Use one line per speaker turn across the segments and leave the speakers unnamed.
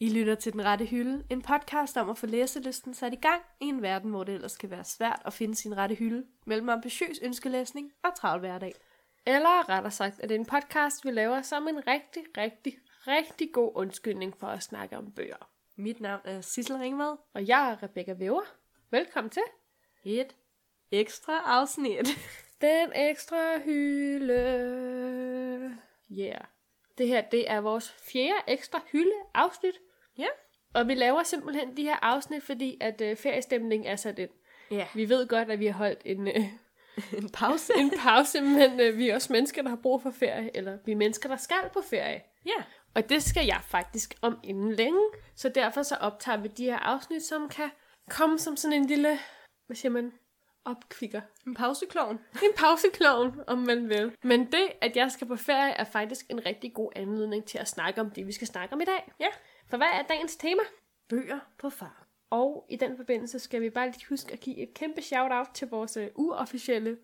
lytter til Den Rette Hylde, en podcast om at få læselisten sat i gang i en verden, hvor det ellers kan være svært at finde sin rette hylde mellem ambitiøs ønskelæsning og travl hverdag.
Eller rettere sagt, at det er en podcast, vi laver som en rigtig, rigtig, rigtig god undskyldning for at snakke om bøger.
Mit navn er Sissel Ringvad.
Og jeg er Rebecca Weber. Velkommen til
Et ekstra afsnit.
Den Ekstra Hylde. Yeah. Det her, det er vores fjerde Ekstra Hylde afsnit.
Ja.
Og vi laver simpelthen de her afsnit, fordi at øh, feriestemningen er sat ind.
Ja,
Vi ved godt, at vi har holdt en, øh,
en pause.
en pause, men øh, vi er også mennesker, der har brug for ferie. Eller vi er mennesker, der skal på ferie.
Ja,
Og det skal jeg faktisk om inden længe. Så derfor så optager vi de her afsnit, som kan komme som sådan en lille, hvad siger man, opkvikker.
en pausekloven.
En pausekloven, om man vil. Men det, at jeg skal på ferie, er faktisk en rigtig god anledning til at snakke om det, vi skal snakke om i dag.
Ja.
For hvad er dagens tema?
Bøger på far.
Og i den forbindelse skal vi bare lige huske at give et kæmpe shout-out til vores øh, uofficielle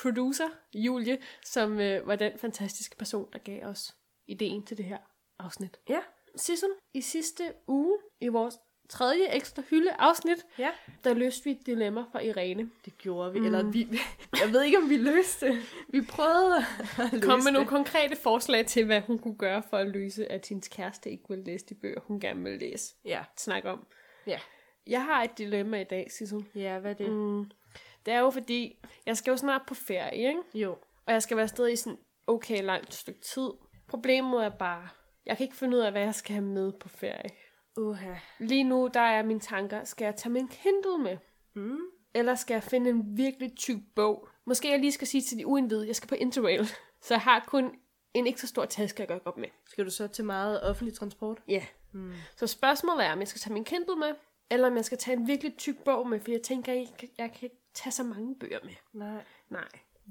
producer, Julie, som øh, var den fantastiske person, der gav os ideen til det her afsnit.
Ja,
Sissel, i sidste uge, i vores tredje ekstra hylde-afsnit,
ja.
der løste vi et dilemma for Irene.
Det gjorde vi. Mm. Eller vi, jeg ved ikke, om vi løste det. Vi prøvede at løse
Kom med nogle
det.
konkrete forslag til, hvad hun kunne gøre for at løse, at hendes kæreste ikke ville læse de bøger, hun gerne ville læse.
Ja,
Snak om.
ja.
Jeg har et dilemma i dag, Sissel.
Ja, hvad er det? Mm.
Mm. Det er jo fordi, jeg skal jo snart på ferie, ikke?
Jo.
Og jeg skal være afsted i sådan okay langt stykke tid. Problemet er bare, jeg kan ikke finde ud af, hvad jeg skal have med på ferie.
Uha.
Lige nu, der er mine tanker, skal jeg tage min Kindle med?
Mm.
Eller skal jeg finde en virkelig tyk bog? Måske jeg lige skal sige til de uindvidede, jeg skal på Interrail. Så jeg har kun en ikke så stor taske, jeg gør op med.
Skal du så til meget offentlig transport?
Ja. Yeah.
Mm.
Så spørgsmålet er, om jeg skal tage min Kindle med, eller om jeg skal tage en virkelig tyk bog med, for jeg tænker, jeg kan, jeg kan ikke tage så mange bøger med.
Nej.
Nej.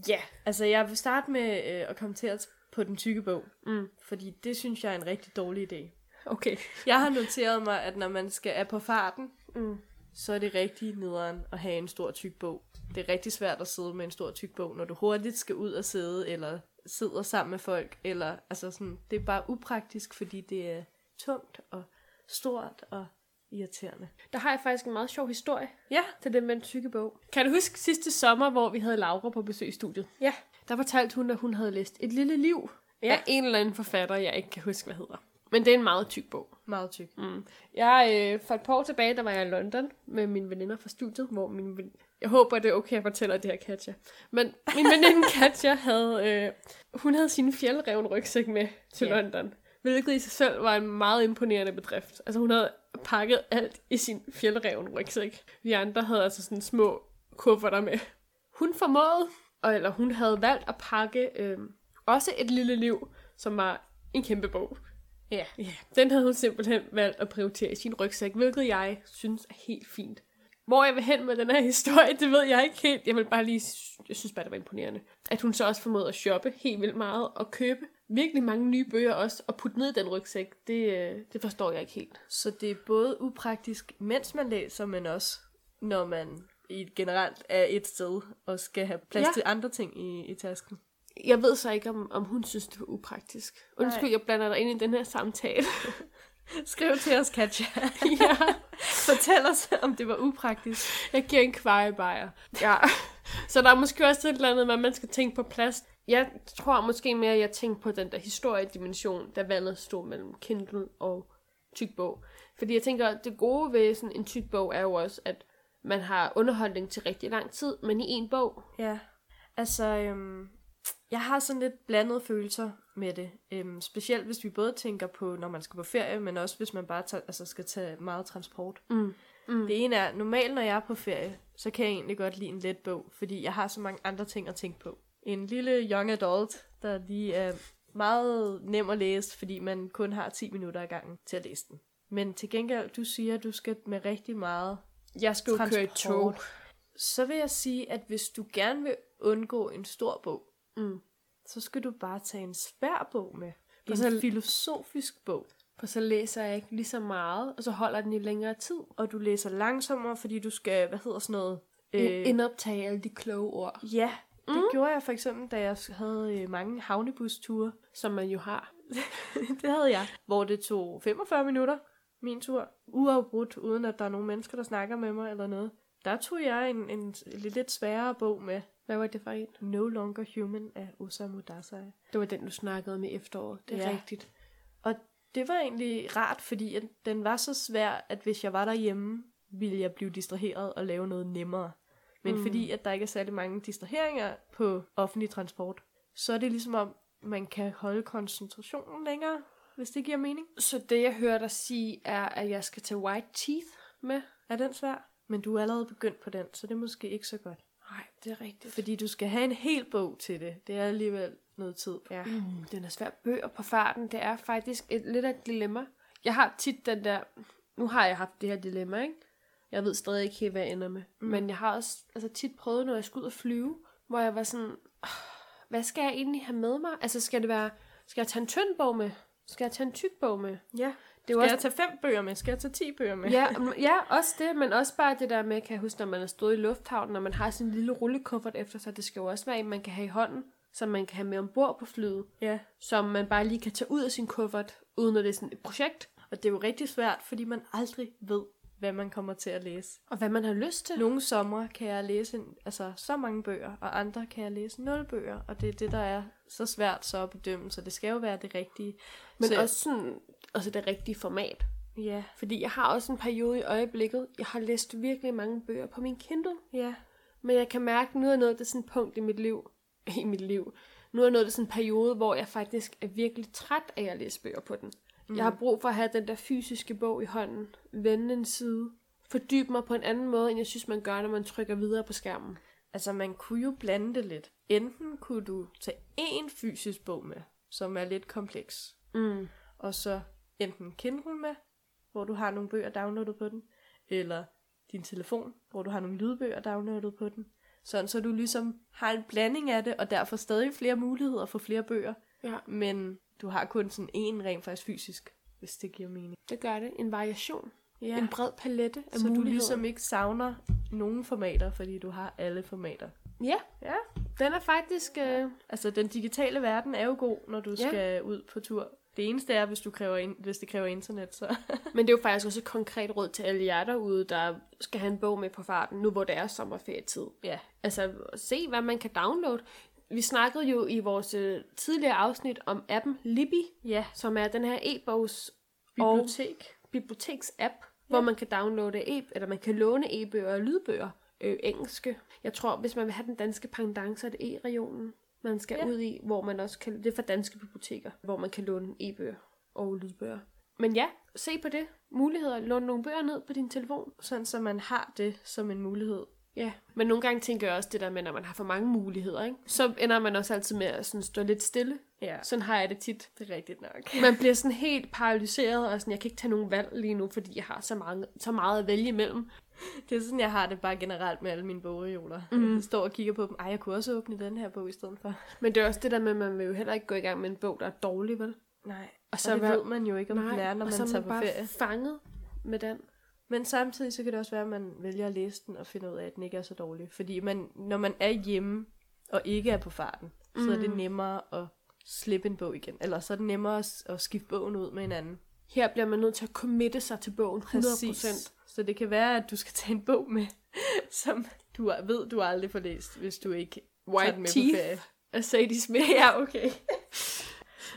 Ja. Yeah.
Altså, jeg vil starte med øh, at kommentere på den tykke bog,
Mm.
fordi det synes jeg er en rigtig dårlig idé.
Okay.
Jeg har noteret mig, at når man skal er på farten,
Mm.
så er det rigtig nederen at have en stor tyk bog. Det er rigtig svært at sidde med en stor tyk bog, når du hurtigt skal ud og sidde, eller sidder sammen med folk, eller altså sådan, det er bare upraktisk, fordi det er tungt og stort og irriterende.
Der har jeg faktisk en meget sjov historie
Ja,
til den med den tykke bog. Kan du huske sidste sommer, hvor vi havde Laura på besøg i studiet?
ja,
Der fortalte hun, at hun havde læst Et lille liv
Ja.
ja. af en eller anden forfatter, jeg ikke kan huske, hvad hedder. Men det er en meget tyk bog.
meget tyk.
Mm. Jeg, øh, for et par år tilbage, der var jeg i London med mine veninder fra studiet, hvor min ven... Jeg håber, det er okay, jeg fortæller det her, Katja. Men min veninde Katja havde... Øh, hun havde sin fjeldreven rygsæk med til
Ja.
yeah. London. Hvilket i sig selv var en meget imponerende bedrift. Altså hun havde pakket alt i sin fjeldreven rygsæk. Vi andre havde altså sådan små kufferter med. Hun formåede, og, eller hun havde valgt at pakke øh, også et lille liv, som var en kæmpe bog.
Ja.
Ja, den havde hun simpelthen valgt at prioritere i sin rygsæk, hvilket jeg synes er helt fint. Hvor jeg vil hen med den her historie, det ved jeg ikke helt. Jeg vil bare lige, jeg synes bare, det var imponerende. At hun så også formåede at shoppe helt vildt meget og købe virkelig mange nye bøger også, og putte ned i den rygsæk, det, øh, det forstår jeg ikke helt.
Så det er både upraktisk, mens man læser, men også når man i et generelt er et sted og skal have plads ja.
Ja.
til andre ting i, i tasken.
Jeg ved så ikke, om, om hun synes, det var upraktisk. Undskyld, jeg blander dig ind i den her samtale.
Skriv til os, Katja.
ja,
Fortæl os, om det var upraktisk.
jeg giver en kvejebajer. Ja, så der er måske også et eller andet, hvad man skal tænke på plads. Jeg tror måske mere, at jeg tænkte på den der historiedimension, der valget stod mellem Kindle og tyk bog. Fordi jeg tænker, at det gode ved sådan en tyk bog er jo også, at man har underholdning til rigtig lang tid, men i en bog.
Ja. Altså, øhm, jeg har sådan lidt blandede følelser med det. Øhm, specielt hvis vi både tænker på, når man skal på ferie, men også hvis man bare tager, altså skal tage meget transport.
Mm. Mm.
Det ene er, normalt når jeg er på ferie, så kan jeg egentlig godt lide en let bog, fordi jeg har så mange andre ting at tænke på. En lille young adult, der lige er meget nem at læse, fordi man kun har 10 minutter ad gangen til at læse den. Men til gengæld, du siger, at du skal med rigtig meget
Jeg skal jo køre i tog.
Så vil jeg sige, at hvis du gerne vil undgå en stor bog,
Mm.
så skal du bare tage en svær bog med. En
Og så-
filosofisk bog.
For så læser jeg ikke lige så meget, og så holder den i længere tid.
Og du læser langsommere, fordi du skal, hvad hedder sådan noget?
Øh. Indoptage alle de kloge ord,
Ja, det mm. gjorde jeg for eksempel, da jeg havde øh, mange havnebusture.
som man jo har.
det havde jeg. Hvor det tog 45 minutter, min tur, uafbrudt, uden at der er nogen mennesker, der snakker med mig eller noget. Der tog jeg en, en, en lidt sværere bog med.
Hvad var det for en?
No Longer Human af Osamu Dazai.
Det var den, du snakkede om i efteråret. Det er
Ja.
ja. rigtigt.
Det var egentlig rart, fordi at den var så svær, at hvis jeg var derhjemme, ville jeg blive distraheret og lave noget nemmere. Men
Mm.
mm. fordi at der ikke er særlig mange distraheringer på offentlig transport, så er det ligesom om, man kan holde koncentrationen længere, hvis det giver mening.
Så det, jeg hører dig sige, er, at jeg skal tage white teeth med?
Er den svær? Men du er allerede begyndt på den, så det er måske ikke så godt.
Nej, det er rigtigt.
Fordi du skal have en hel bog til det. Det er alligevel noget tid. Ja.
Mm, den er svær. Bøger på farten, det er faktisk et lidt af et dilemma. Jeg har tit den der... Nu har jeg haft det her dilemma, ikke? Jeg ved stadig ikke helt, hvad jeg ender med. Mm. Men jeg har også altså, tit prøvet, når jeg skulle ud og flyve, hvor jeg var sådan... "Åh, Hvad skal jeg egentlig have med mig? Altså, skal det være... Skal jeg tage en tynd bog med? Skal jeg tage en tyk bog med?
ja.
Det er
Skal
jo
også... jeg
også...
tage fem bøger med? Skal jeg tage ti bøger med?
Ja, mm, ja, også det, men også bare det der med, kan jeg huske, når man er stået i lufthavnen, og man har sådan en lille rullekuffert efter sig, det skal jo også være en, man kan have i hånden, som man kan have med ombord på flyet
ja.
som man bare lige kan tage ud af sin kuffert, uden at det er sådan et projekt,
Og det er jo rigtig svært, fordi man aldrig ved, hvad man kommer til at læse.
og hvad man har lyst til.
Nogle sommer kan jeg læse en, altså, så mange bøger, og andre kan jeg læse nul bøger. Og det er det, der er så svært så at bedømme, så det skal jo være det rigtige.
Men
så,
også sådan, altså det rigtige format.
Ja,
Fordi jeg har også en periode i øjeblikket, jeg har læst virkelig mange bøger på min Kindle,
ja.
men jeg kan mærke, nu er noget, det er sådan et punkt i mit liv, i mit liv, nu er noget, det er sådan en periode, hvor jeg faktisk er virkelig træt af at læse bøger på den. Mm. Jeg har brug for at have den der fysiske bog i hånden, vende en side, fordybe mig på en anden måde, end jeg synes, man gør, når man trykker videre på skærmen.
Altså, man kunne jo blande det lidt. Enten kunne du tage én fysisk bog med, som er lidt kompleks,
Mm.
og så enten Kindle med, hvor du har nogle bøger downloadet på den, eller din telefon, hvor du har nogle lydbøger downloadet på den. Sådan, så du ligesom har en blanding af det, og derfor stadig flere muligheder for flere bøger,
Ja.
men du har kun sådan en rent faktisk fysisk, hvis det giver mening.
Det gør det. En variation. Ja.
Ja,
En bred palette af
så du
muligheder.
ligesom ikke savner nogen formater, fordi du har alle formater.
Ja,
Ja.
den er faktisk... Øh,
Altså, den digitale verden er jo god, når du
Ja.
ja. skal ud på tur. Det eneste er, hvis, du kræver in- hvis det kræver internet, så...
men det er jo faktisk også et konkret råd til alle jer derude, der skal have en bog med på farten, nu hvor det er sommerferietid.
ja.
Altså, se hvad man kan downloade. Vi snakkede jo i vores øh, tidligere afsnit om appen Libby,
Ja.
som er den her e-bogs og
Bibliotek.
biblioteks-app, hvor man kan downloade e eller man kan låne e-bøger og lydbøger. Øh, engelske. Jeg tror, hvis man vil have den danske pendant, så er det e-regionen, man skal ja.
Ja.
ud i, hvor man også kan, det er for danske biblioteker, hvor man kan låne e-bøger og lydbøger. Men ja, se på det. Muligheder. Lån nogle bøger ned på din telefon.
Sådan, så man har det som en mulighed.
Ja, men nogle gange tænker jeg også det der med, når man har for mange muligheder, ikke? så ender man også altid med at sådan stå lidt stille.
Ja,
Sådan har jeg det tit.
det er rigtigt nok.
Man bliver sådan helt paralyseret, og sådan, jeg kan ikke tage nogen valg lige nu, fordi jeg har så, mange, så meget at vælge imellem.
Det er sådan, jeg har det bare generelt med alle mine bogreoler. Mm. Jeg står og kigger på dem. Ej, jeg kunne også åbne den her bog i stedet for.
Men det er også det der med, at man vil jo heller ikke gå i gang med en bog, der er dårlig, vel?
Nej,
Og
og
så
så og det
være-
ved man jo ikke, om den er, når
og så
man
er
tager
man
på
bare
ferie.
fanget med den.
Men samtidig så kan det også være, at man vælger at læse den og finder ud af, at den ikke er så dårlig. Fordi man, når man er hjemme og ikke er på farten, mm. så er det nemmere at slippe en bog igen. Eller så er det nemmere at, s- at skifte bogen ud med en anden.
Her bliver man nødt til at committe sig til bogen 100%.
Så det kan være, at du skal tage en bog med, som du ved, du aldrig får læst, hvis du ikke tager
White
den med
teeth.
på ferie.
af Sadie Smith. ja, okay.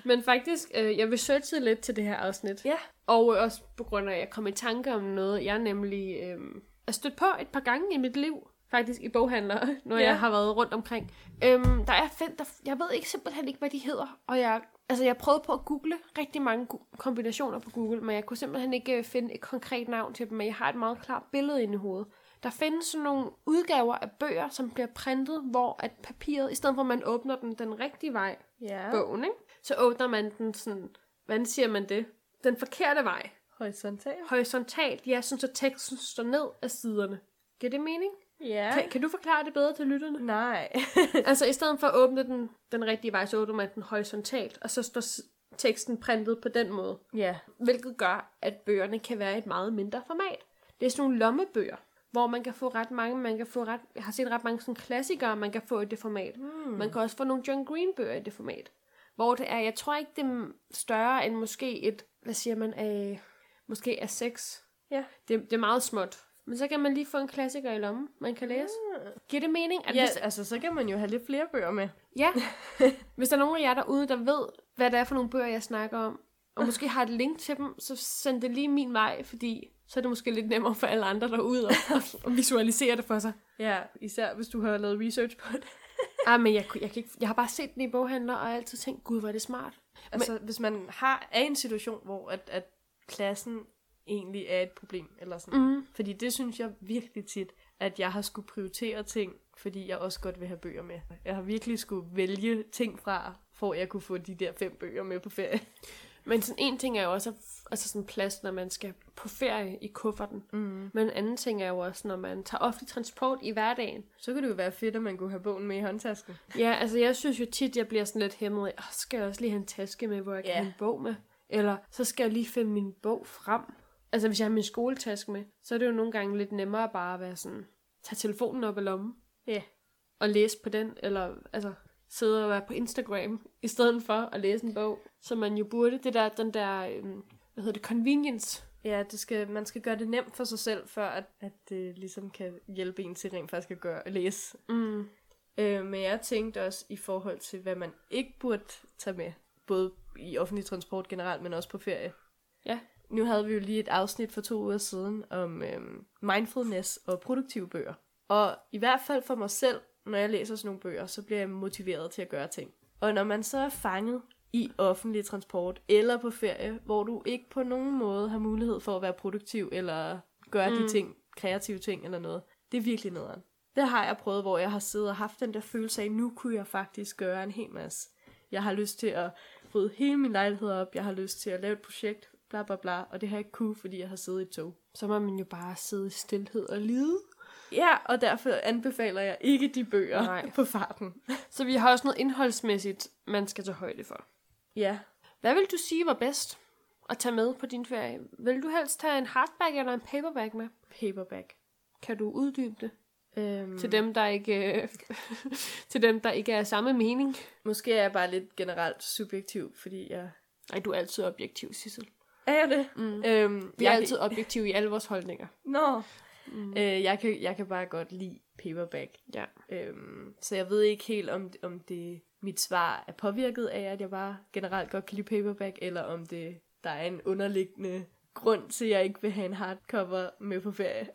Men faktisk, øh, jeg researchede lidt til det her afsnit.
Ja.
Og øh, også på grund af, at jeg kom i tanke om noget, jeg nemlig øh, er stødt på et par gange i mit liv. Faktisk i boghandlere, når ja.
Ja.
jeg har været rundt omkring. Øhm, der er fem, der, jeg ved ikke simpelthen ikke, hvad de hedder. Og jeg, altså, jeg prøvede på at google rigtig mange gu- kombinationer på Google, men jeg kunne simpelthen ikke øh, finde et konkret navn til dem, men jeg har et meget klart billede inde i hovedet. Der findes sådan nogle udgaver af bøger, som bliver printet, hvor at papiret, i stedet for at man åbner den den rigtige vej,
Ja.
bogen, ikke? så åbner man den sådan, hvordan siger man det? Den forkerte vej.
Horisontal.
Horisontalt, ja, sådan så teksten står ned af siderne. Giver det mening?
Ja.
Kan, kan du forklare det bedre til lytterne?
Nej.
altså, i stedet for at åbne den den rigtige vej, så åbner man den horisontalt, og så står s- teksten printet på den måde.
ja.
Hvilket gør, at bøgerne kan være i et meget mindre format. Det er sådan nogle lommebøger, hvor man kan få ret mange, man kan få ret, jeg har set ret mange sådan klassikere, man kan få i det format. Mm. Man kan også få nogle John Green bøger i det format. Hvor det er, jeg tror ikke, det er større end måske et, hvad siger man, øh, måske er seks.
Ja.
Det, det er meget småt. Men så kan man lige få en klassiker i lommen, man kan læse. Giver det mening? At
Hmm. Ja,
hvis,
altså, så kan man jo have lidt flere bøger med.
ja. hvis der er nogen af jer derude, der ved, hvad det er for nogle bøger, jeg snakker om, og måske har et link til dem, så send det lige min vej, fordi så er det måske lidt nemmere for alle andre derude at, at visualisere det for sig.
Ja, især hvis du har lavet research på det.
Ej, Ah, men jeg, kunne- jeg, kan ikke, jeg har bare set den i boghandler, og jeg har altid tænkt, gud, hvor er det smart.
Altså, men... hvis man har, er i en situation, hvor at, at klassen egentlig er et problem, eller sådan.
Mm.
Fordi det synes jeg virkelig tit, at jeg har skulle prioritere ting, fordi jeg også godt vil have bøger med. Jeg har virkelig skulle vælge ting fra, for at jeg kunne få de der fem bøger med på ferie.
Men sådan en ting er jo også at- altså sådan plads, når man skal på ferie i kufferten.
Mm.
Men en anden ting er jo også, når man tager offentlig transport i hverdagen.
Så kunne det jo være fedt, at man kunne have bogen med i håndtasken.
Ja, altså jeg synes jo tit, jeg bliver sådan lidt hæmmet af, "Åh, skal jeg også lige have en taske med, hvor jeg kan
Ja.
have en bog med? Eller så skal jeg lige finde min bog frem. Altså hvis jeg har min skoletaske med, så er det jo nogle gange lidt nemmere bare at være sådan, tage telefonen op i lommen
Ja.
og læse på den, eller altså sidde og være på Instagram, i stedet for at læse en bog, som man jo burde. Det der, den der, øhm, hvad hedder det, convenience.
Ja, det skal, man skal gøre det nemt for sig selv, før at, at det ligesom kan hjælpe en til rent faktisk at gøre, at læse.
Mm.
Øh, men jeg tænkte også i forhold til, hvad man ikke burde tage med, både i offentlig transport generelt, men også på ferie.
Ja.
Nu havde vi jo lige et afsnit for to uger siden om øhm, mindfulness og produktive bøger. Og i hvert fald for mig selv, når jeg læser sådan nogle bøger, så bliver jeg motiveret til at gøre ting. Og når man så er fanget i offentlig transport eller på ferie, hvor du ikke på nogen måde har mulighed for at være produktiv eller gøre mm. de ting, kreative ting eller noget, det er virkelig nederen. Det har jeg prøvet, hvor jeg har siddet og haft den der følelse af, nu kunne jeg faktisk gøre en hel masse. Jeg har lyst til at rydde hele min lejlighed op, jeg har lyst til at lave et projekt, bla bla bla, og det har jeg ikke kunne, fordi jeg har siddet i et tog.
Så må man jo bare sidde i stillhed og lide.
Ja, og derfor anbefaler jeg ikke de bøger
Nej.
Nej. på farten.
Så vi har også noget indholdsmæssigt, man skal tage højde for.
Ja,
Hvad vil du sige var bedst at tage med på din ferie? Vil du helst tage en hardback eller en paperback med?
paperback.
Kan du uddybe det
Øhm,
til dem, der ikke, øh, til dem, der ikke er af samme mening?
Måske er jeg bare lidt generelt subjektiv, fordi jeg...
Nej, du er altid objektiv, Sissel.
Er jeg det? Mm. Øhm,
Vi er
jeg
altid objektive i alle vores holdninger.
Nå. Mm. Øh, jeg, kan, jeg kan bare godt lide paperback.
Ja.
Øhm, så jeg ved ikke helt, om, om det mit svar er påvirket af, at jeg bare generelt godt kan lide paperback, eller om det der er en underliggende grund til, at jeg ikke vil have en hardcover med på ferie.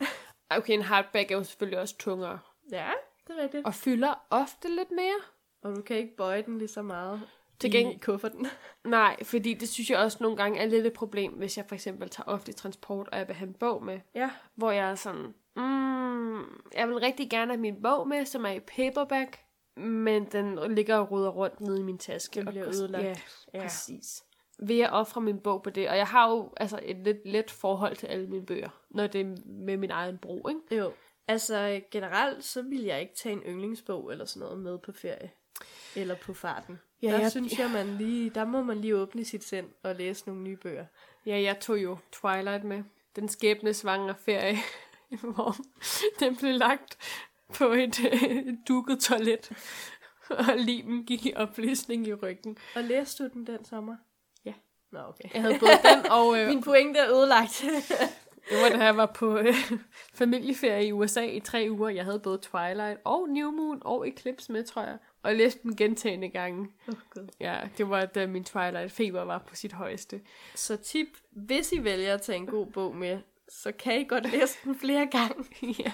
Okay, en hardback er jo selvfølgelig også tungere.
ja, det er rigtigt.
Og fylder ofte lidt mere.
Og du kan ikke bøje den lige så meget
Til
i
gengæld-
kufferten.
Nej, fordi det synes jeg også nogle gange er lidt et problem, hvis jeg for eksempel tager offentlig transport, og jeg vil have en bog med.
ja.
hvor jeg er sådan, mm, jeg vil rigtig gerne have min bog med, som er i paperback, men den ligger og ruder rundt nede i min taske.
Den
og
bliver
kost-
ødelagt.
Ja, ja,
Ja.
præcis. Vil jeg ofre min bog på det? Og jeg har jo altså, et lidt let forhold til alle mine bøger, når det er med min egen brug, ikke?
Jo. Altså generelt, så vil jeg ikke tage en yndlingsbog eller sådan noget med på ferie. Eller på farten.
Ja,
Ja, der
jeg-
jeg, synes jeg, man lige, der må man lige åbne sit sind og læse nogle nye bøger.
Ja, jeg tog jo Twilight med. Den skæbne svangre ferie, hvor den blev lagt på et, øh, et dukket toilet, og limen gik i opløsning i ryggen.
Og læste du den den sommer?
Ja.
Nå, okay.
Jeg havde både den og... Øh,
Min pointe er ødelagt.
Det var da jeg var på øh, familieferie i USA i tre uger. Jeg havde både Twilight og New Moon og Eclipse med, tror jeg. Og jeg læste den gentagende gange.
oh, God.
Ja, det var da min Twilight-feber var på sit højeste.
Så tip, hvis I vælger at tage en god bog med, så kan I godt læse den flere gange.
ja.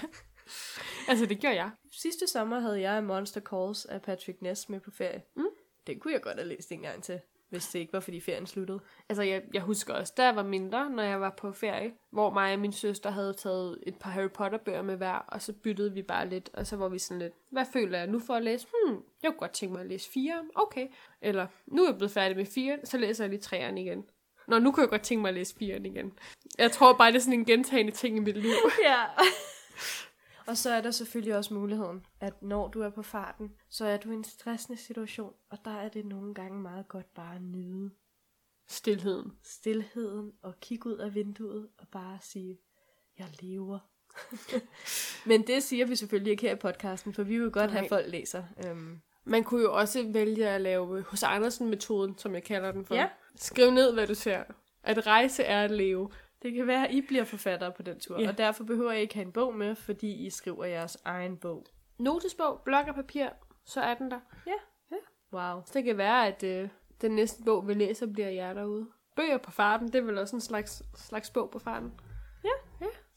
Altså, det gjorde jeg.
Sidste sommer havde jeg Monster Calls af Patrick Ness med på ferie. Mm. Den kunne jeg godt have læst en gang til, hvis det ikke var, fordi ferien sluttede.
Altså, jeg, jeg husker også, da jeg var mindre, når jeg var på ferie, hvor mig og min søster havde taget et par Harry Potter-bøger med hver, og så byttede vi bare lidt, og så var vi sådan lidt, hvad føler jeg nu for at læse? Hmm, jeg kunne godt tænke mig at læse fire, okay. Eller, nu er jeg blevet færdig med fire, så læser jeg lige træerne igen. Nå, nu kunne jeg godt tænke mig at læse firen igen. Jeg tror bare, det er sådan en gentagende ting i mit liv.
Ja. og så er der selvfølgelig også muligheden, at når du er på farten, så er du i en stressende situation, og der er det nogle gange meget godt bare at nyde
Stilheden.
stillheden og kigge ud af vinduet og bare sige, jeg lever. Men det siger vi selvfølgelig ikke her i podcasten, for vi vil godt Nej.
Nej.
have folk læser. Øhm,
Man kunne jo også vælge at lave øh, hos Andersen-metoden, som jeg kalder den for.
Ja.
Skriv ned, hvad du ser. At rejse er at leve.
Det kan være, at I bliver forfattere på den tur,
Ja.
og derfor behøver I ikke have en bog med, fordi I skriver jeres egen bog.
Notesbog, blok og papir, så er den der.
Wow.
Så det kan være, at øh, den næste bog, vi læser, bliver jer derude. Bøger på farten, det er vel også en slags, slags bog på farten.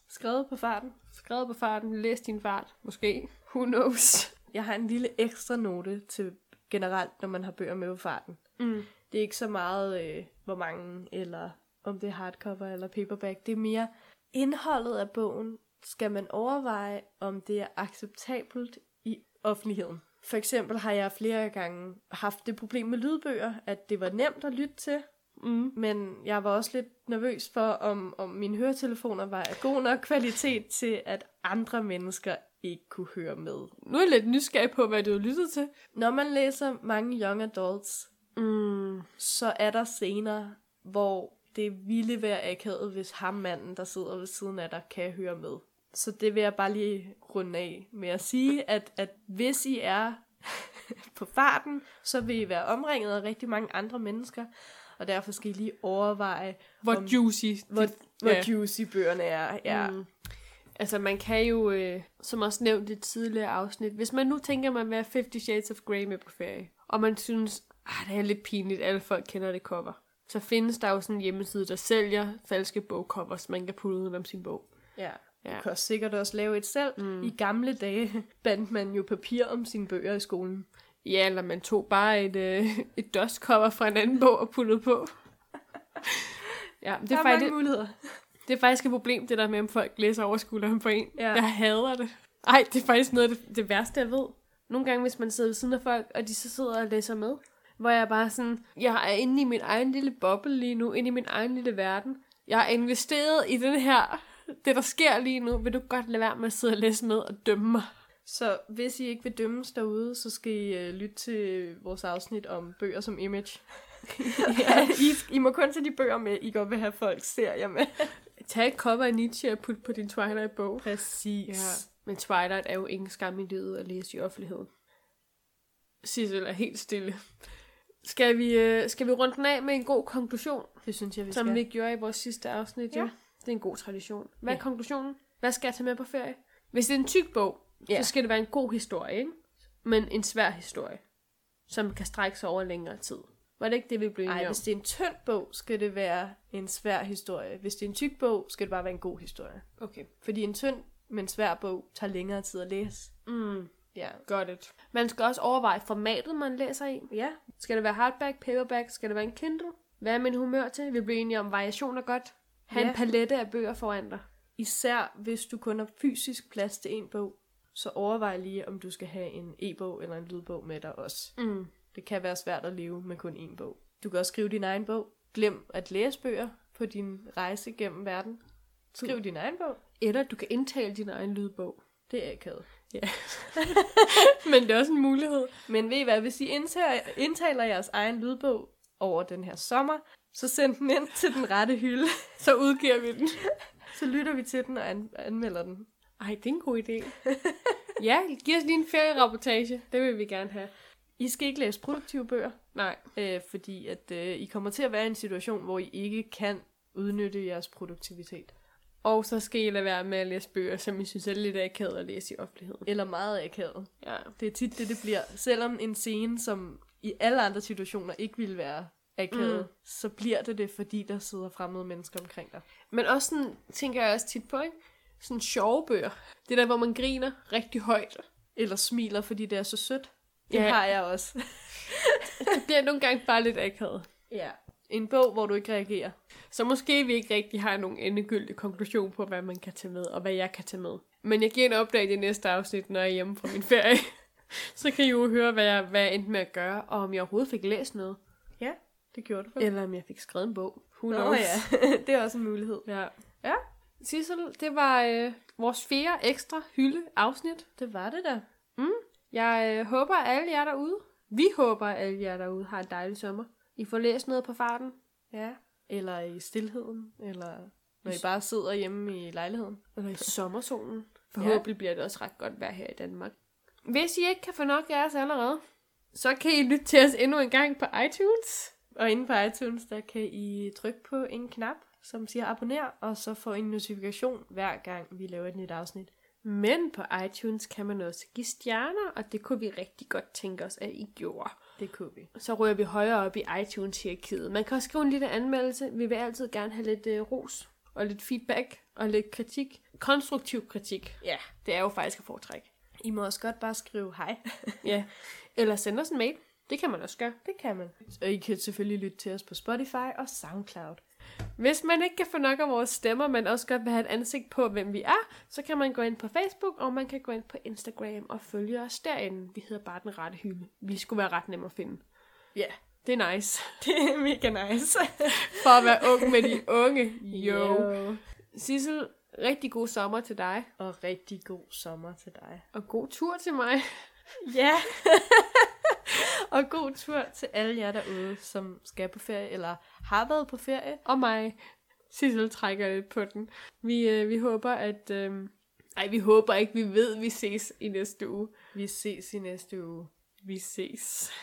Skrevet på farten.
Skrevet på farten, læs din fart, måske. Who knows?
Jeg har en lille ekstra note til generelt, når man har bøger med på farten.
Mm.
Det er ikke så meget, øh, hvor mange, eller om det er hardcover eller paperback. Det er mere indholdet af bogen. Skal man overveje, om det er acceptabelt i offentligheden? For eksempel har jeg flere gange haft det problem med lydbøger, at det var nemt at lytte til,
Mm.
men jeg var også lidt nervøs for, om, om mine høretelefoner var af god nok kvalitet til, at andre mennesker ikke kunne høre med.
Nu er jeg lidt nysgerrig på, hvad du har lyttet til.
Når man læser mange young adults,
Mm.
så er der scener, hvor det ville være akavet, hvis ham manden, der sidder ved siden af dig, kan høre med. Så det vil jeg bare lige runde af med at sige, at, at hvis I er på farten, så vil I være omringet af rigtig mange andre mennesker, og derfor skal I lige overveje,
Hvor
Om-
juicy.
hvor,
det-
hvor
ja.
juicy bøgerne er. Ja. Mm.
Mm. Altså, man kan jo, øh, som også nævnt i et tidligere afsnit, hvis man nu tænker, man vil have 50 Shades of Grey med på ferie, og man synes, ah, det er lidt pinligt, alle folk kender det cover, så findes der jo sådan en hjemmeside, der sælger falske bogcovers, man kan putte ud om sin bog.
ja.
Ja.
Du kan også sikkert også lave et selv. Mm. I gamle dage bandt man jo papir om sine bøger i skolen.
Ja, eller man tog bare et, øh, et dustcover fra en anden bog og puttede på. ja, men det
Der
er,
er mange
faktisk,
muligheder.
det er faktisk et problem, det der med, om folk læser over skulderen på en.
Ja.
Ja. Jeg hader det. Ej, det er faktisk noget af det, det værste, jeg ved. Nogle gange, hvis man sidder ved siden af folk, og de så sidder og læser med, hvor jeg bare sådan, jeg er inde i min egen lille boble lige nu, inde i min egen lille verden. Jeg er investeret i den her, det der sker lige nu, vil du godt lade være med at sidde og læse med og dømme mig.
Så hvis I ikke vil dømmes derude, så skal I øh, lytte til vores afsnit om bøger som image. ja. I, I må kun tage de bøger med, I godt vil have folk serier med.
Tag et cover af Nietzsche og put på din Twilight-bog.
Præcis. Ja.
Men Twilight er jo ingen skam i livet at læse i offentligheden. Sissel er helt stille. Skal vi, øh, skal vi runde den af med en god konklusion,
Det synes jeg, vi
vi
skal.
som vi gjorde i vores sidste afsnit? jo?
Ja.
Det er en god tradition. Hvad er
Ja.
konklusionen? Hvad skal jeg tage med på ferie? Hvis det er en tyk bog,
Ja.
ja. så skal det være en god historie, ikke? Men en svær historie, som kan strække sig over længere tid. Var det ikke det, vi blev enige
Ej,
om?
hvis det er en tynd bog, skal det være en svær historie. Hvis det er en tyk bog, skal det bare være en god historie.
Okay.
Fordi en tynd, men svær bog tager længere tid at læse.
Mm,
Ja.
got it. Man skal også overveje formatet, man læser i.
Ja.
Skal det være hardback, paperback? Skal det være en Kindle? Hvad er min humør til? Vi bliver enige om variation er godt. Ha'
Ja.
en palette af bøger foran dig.
Især hvis du kun har fysisk plads til en bog, så overvej lige, om du skal have en e-bog eller en lydbog med dig også.
Mm.
Det kan være svært at leve med kun én bog. Du kan også skrive din egen bog. Glem at læse bøger på din rejse gennem verden. Skriv din egen bog.
Eller du kan indtale din egen lydbog.
Det er akavet.
Men det er også en mulighed.
Men ved I hvad, hvis I indtager, indtaler jeres egen lydbog over den her sommer, så send den ind til den rette hylde.
Så udgiver vi den.
Så lytter vi til den og an- anmelder den.
Ej, det er en god idé. ja, giv os lige en ferierapportage. Det vil vi gerne have.
I skal ikke læse produktive bøger,
Nej.
øh, fordi at øh, I kommer til at være i en situation, hvor I ikke kan udnytte jeres produktivitet.
Og så skal I lade være med at læse bøger, som I synes er lidt akavet at læse i offentligheden.
Eller meget akavet.
Ja.
Det er tit det, det bliver. Selvom en scene, som i alle andre situationer ikke ville være akavet, mm. så bliver det det, fordi der sidder fremmede mennesker omkring dig.
Men også sådan, tænker jeg også tit på, ikke? Sådan sjove bøger. Det der, hvor man griner rigtig højt.
Eller smiler, fordi det er så sødt. Det
Ja.
har jeg også.
Det bliver nogle gange bare lidt akavet.
ja. En bog, hvor du ikke reagerer.
Så måske vi ikke rigtig har nogen endegyldig konklusion på, hvad man kan tage med, og hvad jeg kan tage med. Men jeg giver en opdag i det næste afsnit, når jeg er hjemme fra min ferie. Så kan I jo høre, hvad jeg, hvad jeg endte med at gøre, og om jeg overhovedet fik læst noget.
Ja, det gjorde du.
Eller om jeg fik skrevet en bog. Who
Nå
knows?
ja, det er også en mulighed.
ja.
Ja.
Sissel, det var øh, vores fjerde ekstra hylde afsnit. Mm.
Det var det da.
Jeg øh, håber, at alle jer derude, vi håber, at alle jer derude har en dejlig sommer. I får læst noget på farten.
Ja. Eller i stillheden, eller når I bare sidder hjemme i lejligheden.
Eller i sommersolen. Forhåbentlig bliver det også ret godt vejr her i Danmark. Hvis I ikke kan få nok af os allerede, så kan I lytte til os endnu en gang på iTunes.
Og inde på iTunes, der kan I trykke på en knap, som siger abonner, og så får I en notifikation hver gang, vi laver et nyt afsnit.
Men på iTunes kan man også give stjerner, og det kunne vi rigtig godt tænke os, at I gjorde.
Det kunne vi.
Så rører vi højere op i iTunes-hierarkiet. Man kan også skrive en lille anmeldelse. Vi vil altid gerne have lidt øh, ros, og lidt feedback, og lidt kritik. Konstruktiv kritik.
Ja.
Det er jo faktisk at foretrække.
I må også godt bare skrive hej.
Ja. Eller send os en mail. Det kan man også gøre.
Det kan man. Og I kan selvfølgelig lytte til os på Spotify og Soundcloud.
Hvis man ikke kan få nok af vores stemmer, men også godt vil have et ansigt på, hvem vi er, så kan man gå ind på Facebook, og man kan gå ind på Instagram og følge os derinde. Vi hedder bare Den Rette Hylde. Vi skulle være ret nemme at finde.
Ja,
Det er nice.
det er mega nice.
For at være ung med de unge. Jo.
Jo.
Sissel, rigtig god sommer til dig.
Og rigtig god sommer til dig.
Og god tur til mig.
Ja. og god tur til alle jer derude, som skal på ferie, eller har været på ferie.
Og mig. Sissel trækker lidt på den. Vi, øh, vi håber, at... Øh... Ej, vi håber ikke. Vi ved, vi ses i næste uge.
Vi ses i næste uge.
Vi ses.